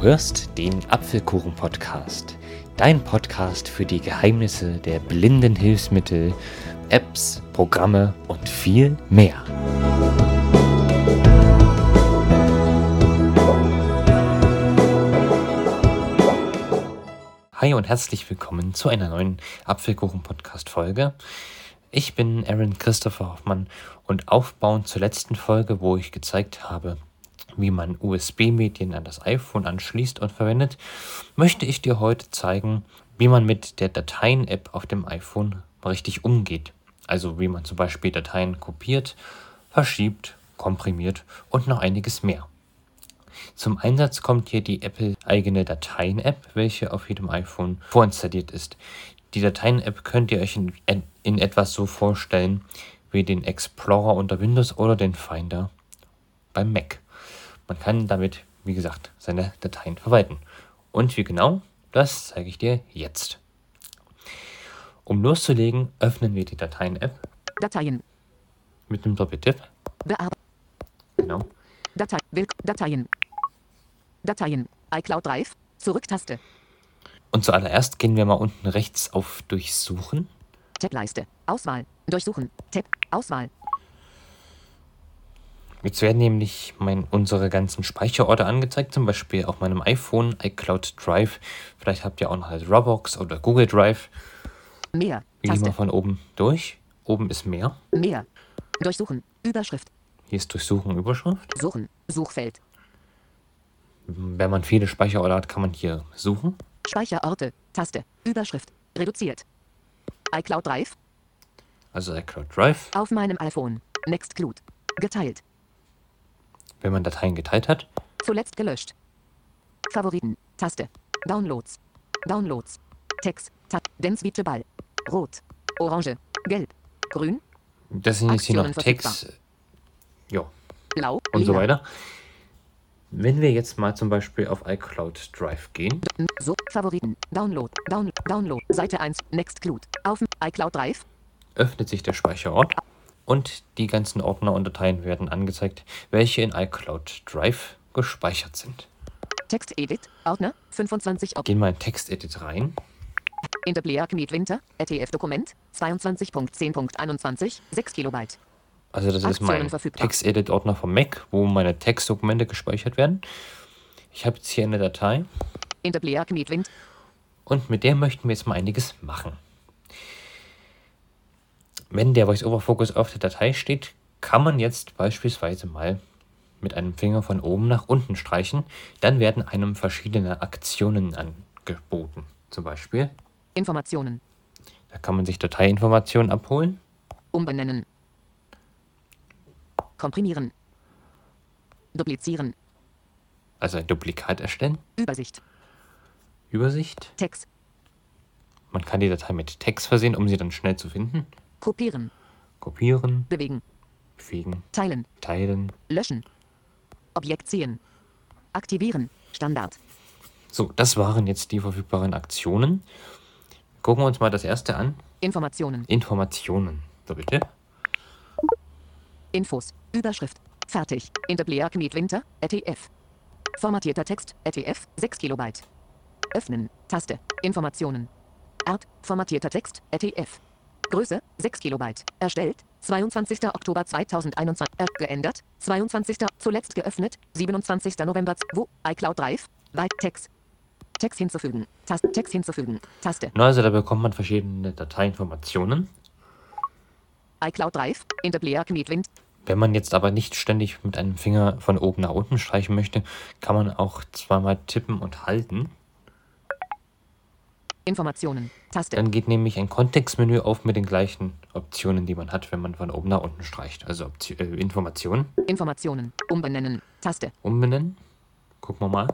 hörst den Apfelkuchen-Podcast. Dein Podcast für die Geheimnisse der blinden Hilfsmittel, Apps, Programme und viel mehr. Hi und herzlich willkommen zu einer neuen Apfelkuchen-Podcast-Folge. Ich bin Aaron Christopher Hoffmann und aufbauend zur letzten Folge, wo ich gezeigt habe, wie man USB-Medien an das iPhone anschließt und verwendet, möchte ich dir heute zeigen, wie man mit der Dateien-App auf dem iPhone richtig umgeht. Also wie man zum Beispiel Dateien kopiert, verschiebt, komprimiert und noch einiges mehr. Zum Einsatz kommt hier die Apple-eigene Dateien-App, welche auf jedem iPhone vorinstalliert ist. Die Dateien-App könnt ihr euch in, in etwas so vorstellen wie den Explorer unter Windows oder den Finder beim Mac. Man kann damit, wie gesagt, seine Dateien verwalten. Und wie genau, das zeige ich dir jetzt. Um loszulegen, öffnen wir die Dateien-App Dateien. mit dem Doppeltipp. Bear Genau. Datei. Will Dateien. Dateien. iCloud Drive. Zurücktaste. Und zuallererst gehen wir mal unten rechts auf Durchsuchen. Tab-Leiste. Auswahl. Durchsuchen. Tab. Auswahl. Jetzt werden nämlich mein, unsere ganzen Speicherorte angezeigt, zum Beispiel auf meinem iPhone, iCloud Drive. Vielleicht habt ihr auch noch halt Dropbox oder Google Drive. Mehr. Wir gehen mal Taste. von oben durch. Oben ist mehr. Mehr. Durchsuchen. Überschrift. Hier ist Durchsuchen Überschrift. Suchen. Suchfeld. Wenn man viele Speicherorte hat, kann man hier suchen. Speicherorte. Taste. Überschrift. Reduziert. iCloud Drive. Also iCloud Drive. Auf meinem iPhone. Nextcloud. Geteilt. Wenn man Dateien geteilt hat, Zuletzt gelöscht. Favoriten. Taste. Downloads. Downloads. Text. Tab. Denswitsche Ball. Rot. Orange. Gelb. Grün. Das sind jetzt hier noch Aktionen Tags. Ja, Blau. und so lila. weiter. Wenn wir jetzt mal zum Beispiel auf iCloud Drive gehen, N- So, Favoriten, Download, Down, Download, Seite 1, Nextcloud, auf dem iCloud Drive, öffnet sich der Speicherort und die ganzen Ordner und Dateien werden angezeigt, welche in iCloud Drive gespeichert sind. Text Edit, Ordner, 25 Ob, Gehen wir in Textedit rein. Interplayer Kniet Winter, ETF Dokument, 22.10.21, 6 Kilobyte, Also das ist Aktionen mein verfügbar. Textedit-Ordner vom Mac, wo meine Textdokumente gespeichert werden. Ich habe jetzt hier eine Datei Interplayer Kniet Winter, Und mit der möchten wir jetzt mal einiges machen. Wenn der Voice-Over-Fokus auf der Datei steht, kann man jetzt beispielsweise mal mit einem Finger von oben nach unten streichen. Dann werden einem verschiedene Aktionen angeboten. Zum Beispiel, Informationen, da kann man sich Dateiinformationen abholen. umbenennen, komprimieren, duplizieren, Also ein Duplikat erstellen, Übersicht, Übersicht. Text, Man kann die Datei mit Text versehen, um sie dann schnell zu finden. kopieren, Kopieren, bewegen, bewegen, teilen, teilen. löschen, Objekt ziehen, aktivieren, Standard, So, das waren jetzt die verfügbaren Aktionen. Gucken wir uns mal das erste an. Informationen. Informationen. So bitte. Infos. Überschrift. Fertig. Interplayer Kniet Winter. ETF. Formatierter Text. E ETF. 6 Kilobyte. Öffnen. Taste. Informationen. Art. Formatierter Text. ETF. Größe. 6 Kilobyte. Erstellt. 22. Oktober 2021. Äh, geändert. 22. Zuletzt geöffnet. 27. November. Wo? iCloud Drive. Weit. Text. Text hinzufügen. Taste. Text hinzufügen. Taste. Na, also da bekommt man verschiedene Dateiinformationen. iCloud Drive. Interplayer Kniet Winter. Wenn man jetzt aber nicht ständig mit einem Finger von oben nach unten streichen möchte, kann man auch zweimal tippen und halten. Informationen. Taste. Dann geht nämlich ein Kontextmenü auf mit den gleichen Optionen, die man hat, wenn man von oben nach unten streicht. Also Opti- äh, Informationen Informationen. Umbenennen. Taste. umbenennen. Gucken wir mal.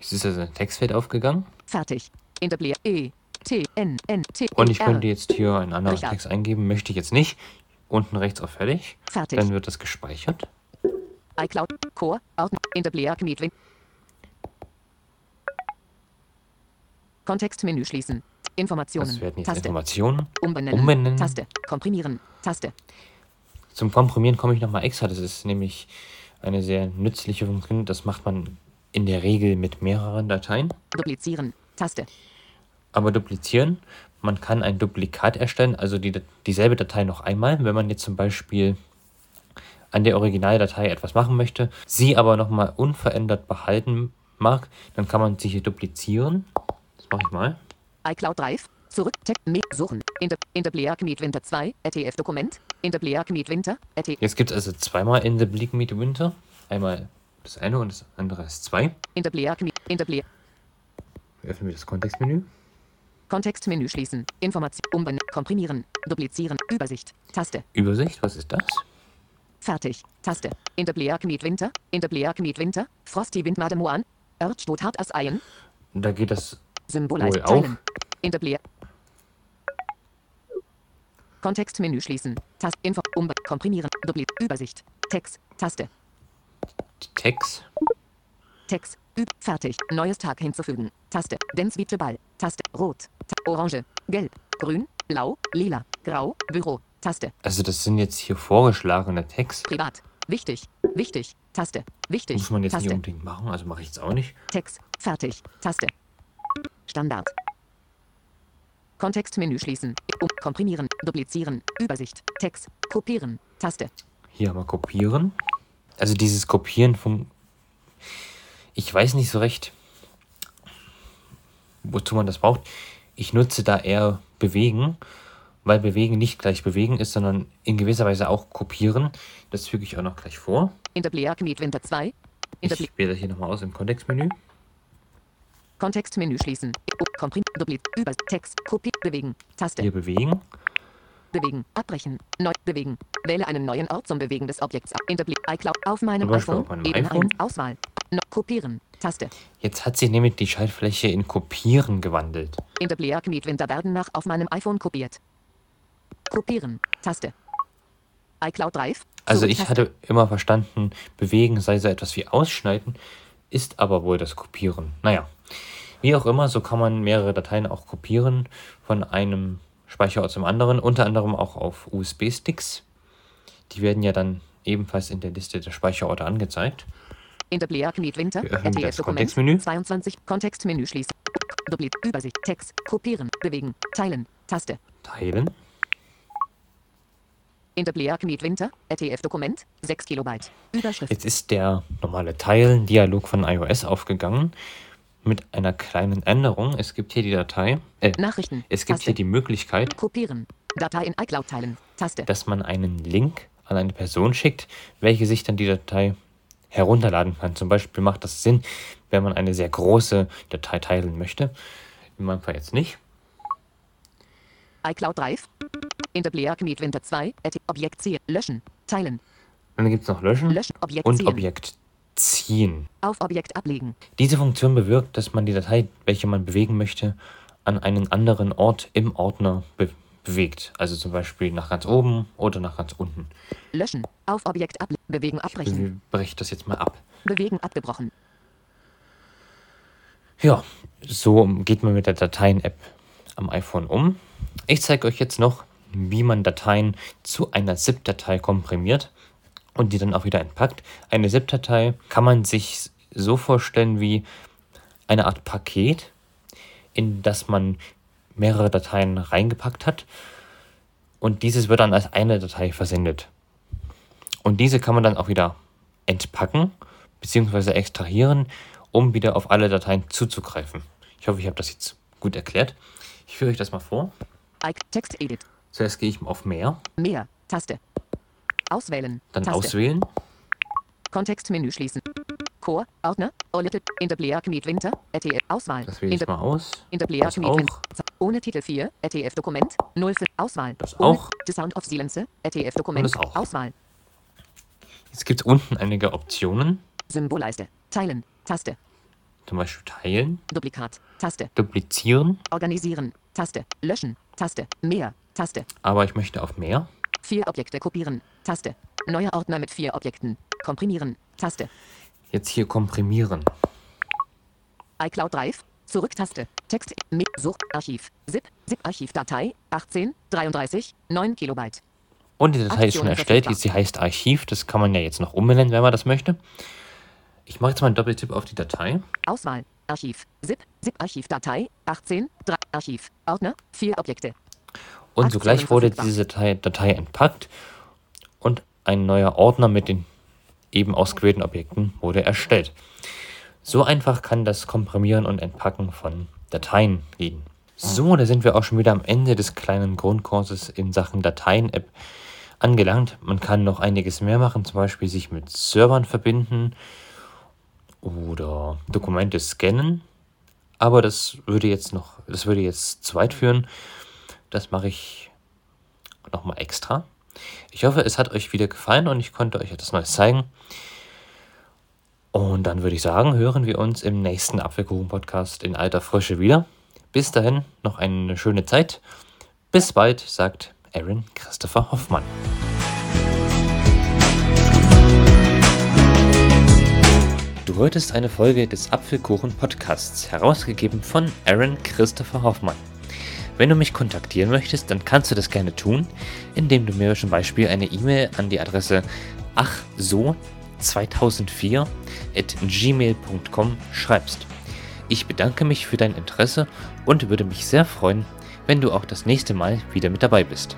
Es ist also ein Textfeld aufgegangen. Fertig. Interplayer E T N N T E. Und ich R. könnte jetzt hier einen anderen Richard. Text eingeben, möchte ich jetzt nicht. Unten rechts auf Fertig. Fertig. Dann wird das gespeichert. iCloud Core Ordner Interplayer Knietwin. Kontextmenü schließen. Das Informationen. werden jetzt Taste. Informationen. Umbenennen. Umbenennen. Taste. Komprimieren. Taste. Zum Komprimieren komme ich nochmal extra. Das ist nämlich eine sehr nützliche Funktion. Das macht man in der Regel mit mehreren Dateien. Duplizieren. Taste. Aber duplizieren, man kann ein Duplikat erstellen, also die, dieselbe Datei noch einmal. Wenn man jetzt zum Beispiel an der Originaldatei etwas machen möchte, sie aber nochmal unverändert behalten mag, dann kann man sie hier duplizieren. Das mache ich mal. iCloud Drive. Zurück. Tab. Me. Suchen. In der, in der Bleak Meet Winter 2. ETF Dokument. In der Bleak Meet Winter. E ETF. Jetzt gibt es also zweimal in the Bleak Meet Winter. Einmal das eine und das andere ist zwei. In der Bleak Meet. In der Bleak. Öffnen wir das Kontextmenü. Kontextmenü schließen. Information. Umbenennen. Komprimieren. Duplizieren. Übersicht. Taste. Übersicht, was ist das? Fertig. Taste. In der Bleak Meet Winter. In der Bleak Meet Winter. Frosty Wind Mademoan. Urge Stut Hart as Eien. Da geht das Symbol Wohl als auf. Teilen. In der Bleak. Kontextmenü schließen. Tast. Info. Um. Komprimieren. Dupli. Übersicht. Text. Taste. Text. Text. Üb. Fertig. Neues Tag hinzufügen. Taste. Dance wie Ball. Taste. Rot. Ta Orange. Gelb. Grün. Blau. Lila. Grau. Büro. Taste. Also das sind jetzt hier vorgeschlagene Text. Privat. Wichtig. Wichtig. Taste. Wichtig. Muss man jetzt Taste. nicht unbedingt machen, also mache ich jetzt auch nicht. Text. Fertig. Taste. Standard. Kontextmenü schließen. Um, komprimieren. Duplizieren. Übersicht. Text. Kopieren. Taste. Hier mal kopieren. Also dieses Kopieren von... Ich weiß nicht so recht, wozu man das braucht. Ich nutze da eher bewegen, weil bewegen nicht gleich bewegen ist, sondern in gewisser Weise auch kopieren. Das füge ich auch noch gleich vor. In der Bleak Meet Winter 2. In der Ble Ich wähle hier nochmal aus im Kontextmenü. Kontextmenü schließen. Um, komprimieren. Dupli. Über. Text. Kopie. Bewegen. Taste. Hier bewegen. Bewegen. Abbrechen. Neu. Bewegen. Wähle einen neuen Ort zum Bewegen des Objekts. ab. In der Ble iCloud. Auf meinem Zum Beispiel iPhone. auf meinem Ebene iPhone. 1. Auswahl. No, kopieren. Taste. Jetzt hat sich nämlich die Schaltfläche in Kopieren gewandelt. In der Bleak Meet Winter werden nach auf meinem iPhone kopiert. Kopieren. Taste. iCloud Drive. Also Zurück- ich Taste. hatte immer verstanden, bewegen sei so etwas wie ausschneiden, ist aber wohl das Kopieren. Naja, wie auch immer, so kann man mehrere Dateien auch kopieren von einem Speicherort zum anderen, unter anderem auch auf USB-Sticks. Die werden ja dann ebenfalls in der Liste der Speicherorte angezeigt. In der Bleak Meet Winter. Wir öffnen das Dokument. Kontextmenü. 22. Kontextmenü schließen. Duplit. Übersicht. Text. Kopieren. Bewegen. Teilen. Taste. Teilen. In der Bleak Meet Winter. ETF Dokument. 6 Kilobyte. Überschrift. Jetzt ist der normale Teilen-Dialog von iOS aufgegangen mit einer kleinen Änderung. Es gibt hier die Datei, äh, Nachrichten. es gibt Taste. hier die Möglichkeit, Kopieren. Datei in iCloud teilen. Taste. dass man einen Link an eine Person schickt, welche sich dann die Datei herunterladen kann. Zum Beispiel macht das Sinn, wenn man eine sehr große Datei teilen möchte. In meinem Fall jetzt nicht. iCloud Drive. In der Bleak Meet Winter 2. ETF Objekt ziehen. Löschen. Teilen. Dann gibt es noch Löschen Löschen. Objekt und ziehen. Objekt ziehen. Auf Objekt ablegen. Diese Funktion bewirkt, dass man die Datei, welche man bewegen möchte, an einen anderen Ort im Ordner be bewegt. Also zum Beispiel nach ganz oben oder nach ganz unten. Löschen. Auf Objekt ablegen. Bewegen abbrechen. Ich breche das jetzt mal ab. Bewegen abgebrochen. Ja, so geht man mit der Dateien-App am iPhone um. Ich zeige euch jetzt noch, wie man Dateien zu einer ZIP-Datei komprimiert und die dann auch wieder entpackt. Eine ZIP-Datei kann man sich so vorstellen wie eine Art Paket, in das man mehrere Dateien reingepackt hat und dieses wird dann als eine Datei versendet. Und diese kann man dann auch wieder entpacken bzw. extrahieren, um wieder auf alle Dateien zuzugreifen. Ich hoffe, ich habe das jetzt gut erklärt. Ich führe euch das mal vor. Ike Text Edit. Zuerst gehe ich auf Mehr, Mehr. Taste. Auswählen. dann Taste. auswählen. Kontextmenü schließen. Core. Ordner. Orlette. In der Bleak Meet Winter. ETF. Auswahl. Das wähle In ich der mal aus. In der Das Bleak Meet Win- auch. Z- Ohne Titel 4, ETF-Dokument, 0 für Auswahl. Das Ohne auch. The Sound of Silence, ETF-Dokument, Und das auch. Auswahl. Jetzt gibt es unten einige Optionen, Symbolleiste, Teilen, Taste, zum Beispiel Teilen, Duplikat, Taste, Duplizieren, Organisieren, Taste, Löschen, Taste, Mehr, Taste, aber ich möchte auf Mehr. vier Objekte kopieren, Taste, neuer Ordner mit vier Objekten, Komprimieren, Taste, Jetzt hier Komprimieren. iCloud Drive, Zurück-Taste, Text, Mi- Such, Archiv, ZIP, ZIP-Archivdatei, 18, 33, 9 Kilobyte. Und die Datei ist Aktion schon ist erstellt. verfügbar. Sie heißt Archiv. Das kann man ja jetzt noch umbenennen, wenn man das möchte. Ich mache jetzt mal einen Doppeltipp auf die Datei. Auswahl. Archiv. ZIP. ZIP-Archivdatei. 18. 3. Archiv. Ordner. 4 Objekte. Und Aktionen sogleich wurde verfügbar. diese Datei, Datei entpackt und ein neuer Ordner mit den eben ausgewählten Objekten wurde erstellt. So einfach kann das Komprimieren und Entpacken von Dateien gehen. So, da sind wir auch schon wieder am Ende des kleinen Grundkurses in Sachen Dateien-App angelangt. Man kann noch einiges mehr machen, zum Beispiel sich mit Servern verbinden oder Dokumente scannen. Aber das würde jetzt noch, das würde jetzt zu weit führen. Das mache ich nochmal extra. Ich hoffe, es hat euch wieder gefallen und ich konnte euch etwas Neues zeigen. Und dann würde ich sagen, hören wir uns im nächsten Apfelkuchen-Podcast in alter Frische wieder. Bis dahin noch eine schöne Zeit. Bis bald, sagt Aaron Christopher Hoffmann. Du hörtest eine Folge des Apfelkuchen-Podcasts, herausgegeben von Aaron Christopher Hoffmann. Wenn du mich kontaktieren möchtest, dann kannst du das gerne tun, indem du mir zum Beispiel eine E-Mail an die Adresse achso2004 at gmail.com schreibst. Ich bedanke mich für dein Interesse und würde mich sehr freuen, wenn du auch das nächste Mal wieder mit dabei bist.